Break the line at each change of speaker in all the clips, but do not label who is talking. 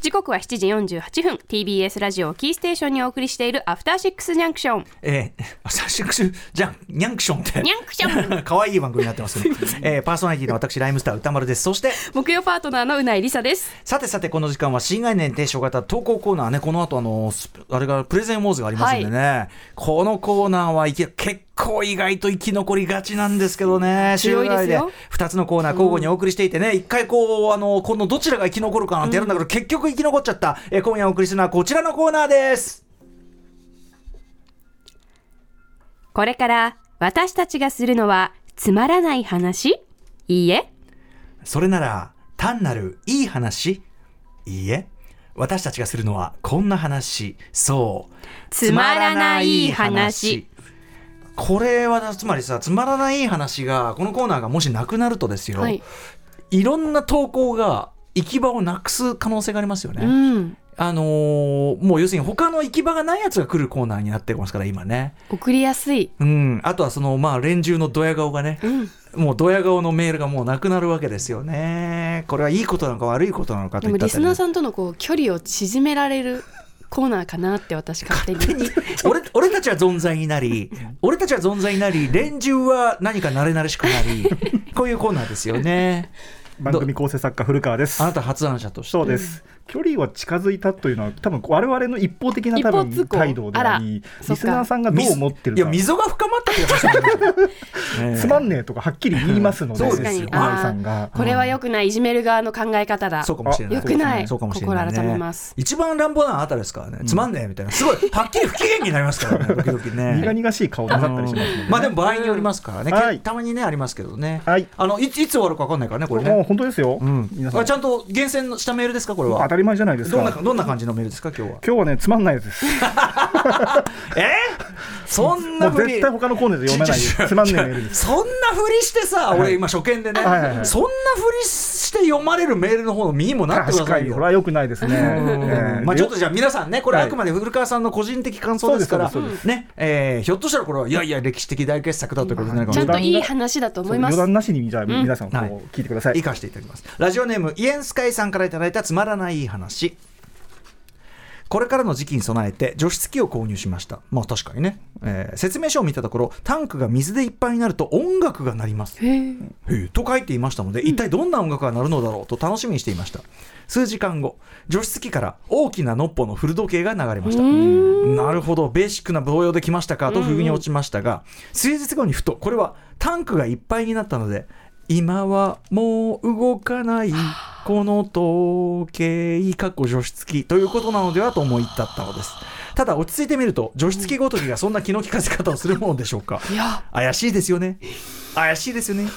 時刻は7時48分 TBS ラジオをキーステーションにお送りしているアフターシックスジャンクション
えー、アサシックスじゃん、ニャンクションって。
ニャンクショ
可愛い番組になってますね。えー、パーソナリティの私、ライムスター歌丸です。そして、
木曜パートナーのうないりさです
さてさて、この時間は新概念提唱型投稿コーナーね、この後あの、スあれがプレゼンウォーズがありますんでね、このコーナーはいけ結構意外と生き残りがちなんですけどね、
強いですよ
週替わり2つのコーナー交互にお送りしていてね、一回こう、あの、このどちらが生き残るかなんてやるんだけど、結局生き残っちゃった、えー今夜お送りするのはこちらのコーナーです。
これから私たちがするのはつまらない話いいえ
それなら、単なるいい話いいえ。私たちがするのはこんな話。そう。
つまらない話。
これはつまりさつまらない話がこのコーナーがもしなくなるとですよ、
はい
い、ろんな投稿が行き場をなくす可能性がありますよね。
うん
あのーもう要するに他の行き場がないやつが来るコーナーになってますから今ね。
送りやすい
うん、あとはそのまあ連中のドヤ顔がね、もうドヤ顔のメールがもうなくなるわけですよね。これはいいことなのか悪いことなのかと
で
い
も
った
リ
あた
ス
り
ナー
で
さんとのこう距離を縮められるコーナーかなって私勝手に
俺俺たちは存在になり俺たちは存在になり連中は何か慣れ慣れしくなり こういうコーナーですよね
番組構成作家古川です
あなた発案者として
そうです、距離は近づいたというのは多分我々の一方的な
一
多
方
分
通行
態度であり
あらそっか
リスナーさんがどう思ってる
いや
か
溝が深まったっていう話なんですよねえ
つまんねえとかはっきり言いますので、
そう
小
です
よ
林さんが。
これは良くないいじめる側の考え方だ
そうかもしれない。
あ良くない
そうかもしれない、ね。
心改めます
一番乱暴なのはあなたですからね。つまんねえみたいな。すごい、はっきり不機嫌になりますからね、時々ね。
苦々しい顔なさったりしますので、
まあでも場合によりますからね、
はい
けたまにねありますけどね、
はい
あのいついつ終わるか分かんないからねこれ
もう
ね、
本当ですよ、
うん
皆、さん
あちゃんと厳選したメールですかこれは
当たり前じゃないですか
どんなどんな感じのメールですか今日は
今日はねつまんないやつです
えそん
も
な
う
ふり
絶対他のコーナーで読めない
ちょちょ
つまんねえメールです
そんなふりしてさ、
はい
俺今初見でね、
はいはいはい
そんなふりして読まれるメールの方の身にも なってくだ
確
さ
か
い
に
よ
これは良くないですね、え
うん
え
まあちょっとじゃあ皆さんねこれ
は
あ
い
くまで古川さんの個人的感想ですから
そうで
ねえーひょっとしたらこれはいやいや歴史的大傑作だということになるかもし
ち
れ
ゃん
ない
といい話だと思いま
余
す
談なしにじゃあ皆さんこう
はい
聞いてください、
生かしていただきますラジオネームイエンスカイさんからいただいたつまらない話これからの時期に備えて除湿器を購入しましたまあ確かにね、えー説明書を見たところタンクが水でいっぱいになると音楽が鳴ります
へえ
へえと書いていましたので一体どんな音楽が鳴るのだろうと楽しみにしていました数時間後除湿器から大きなノッポの古時計が流れましたなるほどベーシックな動揺で来ましたかと不意に落ちましたが、数日後にふとこれはタンクがいっぱいになったので今はもう動かないこの時計かっこ除湿器ということなのではと思い至ったのですただ落ち着いてみると除湿器ごときがそんな気の利かせ方をするものでしょうか
いや
怪しいですよね怪しいですよね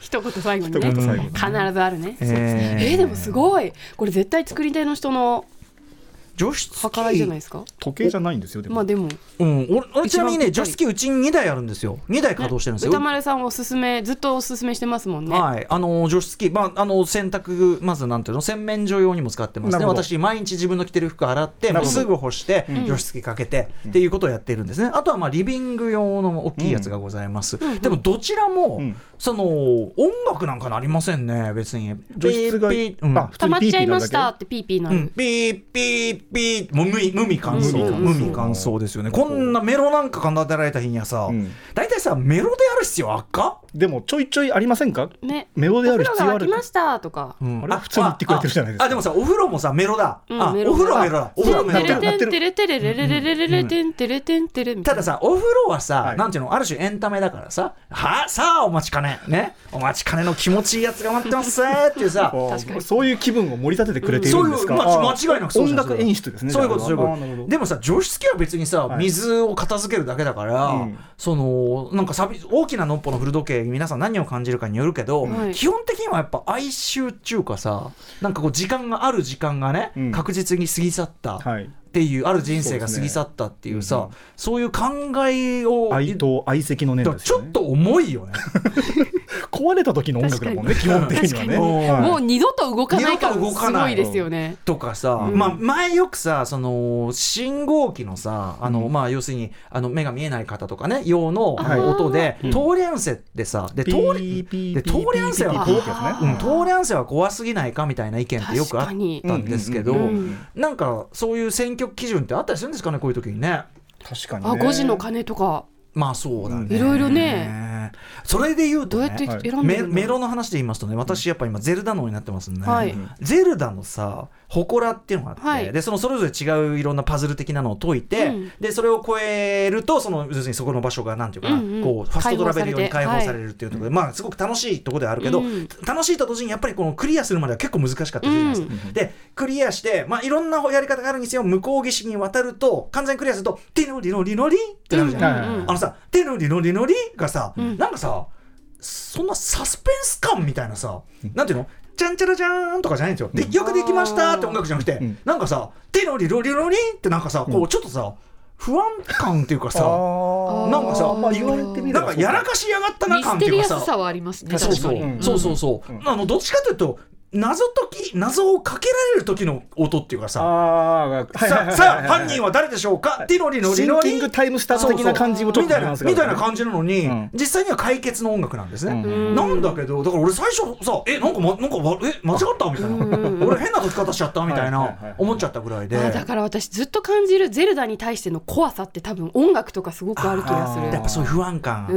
一言最後に
一言
ね
最後に
必ずあるね
え
えー、でもすごいこれ絶対作り手の人の
除湿
計らいじゃないで
機、
すか
時計じゃないんですよでも、
まあでも
うん、俺俺ちなみにね
一番ぴったり
除湿機うちに2台あるんですよ2台稼働してるんですよ、
歌丸さんおすすめずっとおすすめしてますもんね、
はい、あの除湿機、まあ、あの洗濯まずなんていうの洗面所用にも使ってます
な
ね
るほど
私毎日自分の着てる服洗っても
な
う
るほど
すぐ干して除湿機かけて、っていうことをやってるんですねあとはまあリビング用の大きいやつがございます、でもどちらも、
うん
その音楽なんかなりませんね別に
除湿が
ピーピーうん
あ普通
溜ま
に
っち
ピーピ
ゃい
ーな
ま
るだ
し
け
たってピーピーな
う
る、
ん、ピーピーピーもう無味無味乾燥
無
無
味乾燥
味乾燥ですよねこんなメロなんか奏でられた日にはさ
うん
大体、さメロである必要あっか、
でもちょいちょいありませんか
ね
メロである必要あ
お風呂が沸
る
きましたとか、
あれ普通に言ってくれてるじゃないですか
ああでもさお風呂もさメロだ、
うん
あ
メロ
お風呂はメロだお風呂はメロ
テ
だ
レ
そう
テンテレテレレレレレレレテンテレテンテレみたい
た
な
ださお風呂はさ、
はい
なんていうのある種エンタメだからさはあさあお待ちかねねお待ちかねの気持ちいいやつが待ってますっていう さ
こう
確かに
そういう気分を盛り立ててくれてい
そう
る
んい
です
う、
か、
まあ、間違いなくそうじ
音
ゃない
楽演出ですね
そういうことそういう
あ
こ
ーなるほ
と
ど
でもさ除湿機は別にさ、
はい
水を片付けるだけだから、
うん
そのなんかさび大きなノッポの古時計皆さん何を感じるかによるけど、
はい
基本的にはやっぱ哀愁っていうかさなんかこう時間がある時間がね、
うん
確実に過ぎ去った、
はい
っていうある人生が過ぎ去ったっていうさそう,、いう考えを
哀悼哀戚の
だ
念
から
です
ちょ
よ
っ
ね
と重いよね
壊れた時の音楽だもんね基本的にはね
確かに
はい
もう二度と動かないから
二度と動か
す
な
ご
い
いですよね。
とかさ、
うん
まあ、前よくさその信号機のさあの、まあ、要するにあの目が見えない方とかね用の
はい
音で、
うん
通り音声ってさで
ピ
通り
ーピー
で
ピーピーピーピー
通り合わせは
ピーピーピーピーって
う
や
ん、通り音声は怖すぎないかみたいな意見ってよくあ
確
っ
かに
たんですけど、
うん
うんうん
なんかそういう選挙基準ってあったりするんですかねこういう時にね
つね確かに
あ
ね
5時の鐘とか
まあそうだね、
い
ろいろね
それで言う
ど
と、
う
ね、
やって選んでるの、
メメロの話で言いますとね私やっぱ今ゼルダ脳になってますんで、
はい
ゼルダのさ祠っていうのがあって、
はい
でそのそれぞれ違ういろんなパズル的なのを解いて、
うん
でそれを超えるとその要するにそこの場所がなんていうかな、
うんうん
こうファストトラベル用に
解
解
放されて
放されるっていうところで、まあすごく楽しいところではあるけど、
うん
楽しいと同時にやっぱりこのクリアするまでは結構難しかったじゃないですか。
うん
でクリアして、まあ、いろんなやり方があるにせよ向こう岸に渡ると完全にクリアすると「ティノリノリノリ」ってなるじゃない、
うんうんうん
あのさ「ティノリノリノリ」がさ、
うん
なんかさそんなサスペンス感みたいなさ、なんていうのじゃんちゃらじゃーんとかじゃないんですよ。でよくできましたって音楽じゃなくて、
うん
なんかさ、テロリロリロリってなんかさ、こうちょっとさ、不安感っていうか
あ
さ、
ー
なんかさ
まあ言われてみれ
な
ば
んかやらかしやがったな
ミ
感
ス
って
テ
いう
リ
か
ア
さ
ス、さはありますね
そう
確
そ
か
う
に、
うん
そうそうそう、
うん
あのどっちかというと謎解き謎をかけられる時の音っていうかさ、
あーはいはいはいは
さ
い
さあ犯人は誰でしょうか、ティロリロ
シ
リ
ン
ロ
キン
リ
グタイムスタート的な感じもちょっ
み
と
たい
あり
な
ます
み
からね
たいな感じなのに、
うん
実際には解決の音楽なんですね、
うん
うん
なんだけどだから俺最初さえなんか,、ま、なんかわえ間違ったみたい
うん
な俺変な解き方しちゃったみたい
はいはいはい
な思っちゃったぐらいで。
まあだから私ずっと感じるゼルダに対しての怖さって多分音楽とかすごくある気がす
あー
やっ
る
ぱそういう不安感、
うん、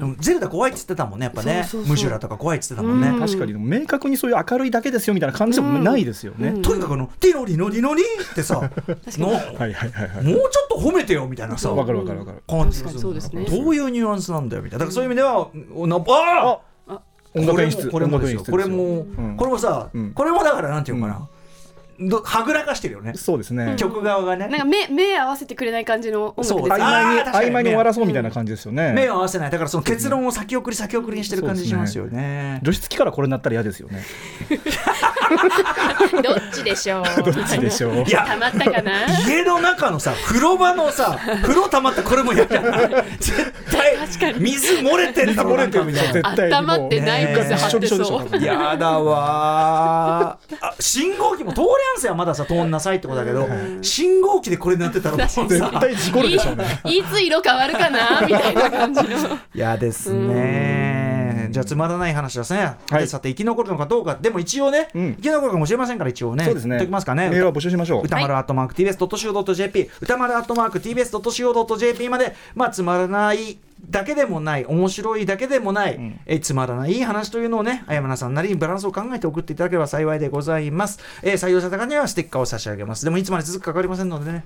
うんゼルダ怖いっつってたもんねやっぱね
そうそうそう
ムジュラとか怖いっつってたもんね、
うん
確かに明確にそういう明るいだけですよみたいな感じでもないですよね、
うん
とにかくあの「ティロリノリノリ」ってさの
はいはいはいはい
もうちょっと褒めてよみたいなさ
わかるわかるわかる
感じ
確かにそうですね
どういうニュアンスなんだよみたいなだからそういう意味ではおなあー
音楽演出
これも
音
これ
楽
も
演出
これも
うん
これもさ
うん
これもだからなんていうのかなどはぐらかしてるよね
そうですね
曲側が
なん
ね
か目目合わせてくれない感じの音
そう
楽ですね
あー
曖昧に
確かに
曖昧に終わらそうみたいな感じですよね
目を合わせないだからその結論を先送り先送りにしてる感じしますよね
除湿機からこれになったら嫌ですよね
どっちでしょう
どっちでしょう
いや
たまったかな
家の中のさ風呂場の さ風呂溜まったこれも嫌じゃない絶
確か
対
に
水漏れてんだ漏れてるみたいな
絶対にもう
温まってない
風張
ってそう
ね
やだわーあ信号機も通り合わせはまださ通んなさいってことだけど信号機でこれになってたらもう
確
さ
絶対事故るでしょうね
いいつ色変わるかなみたいな感じ の
嫌ですねじゃあつまらない話ですね、
はい
でさて生き残るのかどうかでも一応ね、
うん
生き残るかもしれませんから一応ね
そうですね
言っときますかね
メールは募集しましょう
歌丸アットマーク TBS.CO.JP 歌丸アットマーク TBS.CO.JP まで、まあ、つまらないだけでもない面白いだけでもない、
ん
えつまらないいい話というのをねあやまなさんなりにバランスを考えて送っていただければ幸いでございます、えー採用された方にはステッカーを差し上げますでもいつまで続くか分かりませんのでね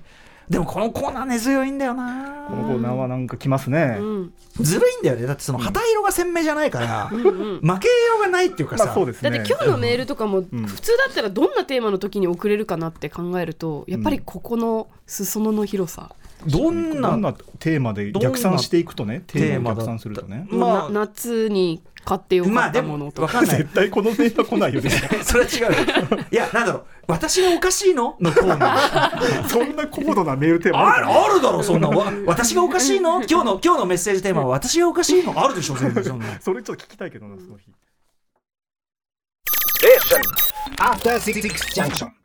でもこのコーナー根強いんだよな
このコーナーはなんか来ますね、
うん
ずるいんだよねだってその旗色が鮮明じゃないから、
うん
負けようがないっていうかさ、
まあそうです
だ
ね
って今日のメールとかも
ん
普通だったらどんなテーマの時に送れるかなって考えるとやっぱりここの裾野の広さ、
どん
どん
な
なテーマで逆算していくとねテーマを逆算するとね
ま
ま
あ
あ、夏に買ってよ
ま
か
あ
っ
で
たも
も
の
分
とか、
かんない
絶対このテーマ来ないよね
それは違うよいやなんだろう私がおかしいののコーナ ー
そんな高度なメールテーマあ
あ
る
る
かな
あるだろそんなわ私がおかしいの今日の今日のメッセージテーマは私がおかしいのあるでしょ全然そんな
それちょっと聞きたいけどなその日
After Six Junction.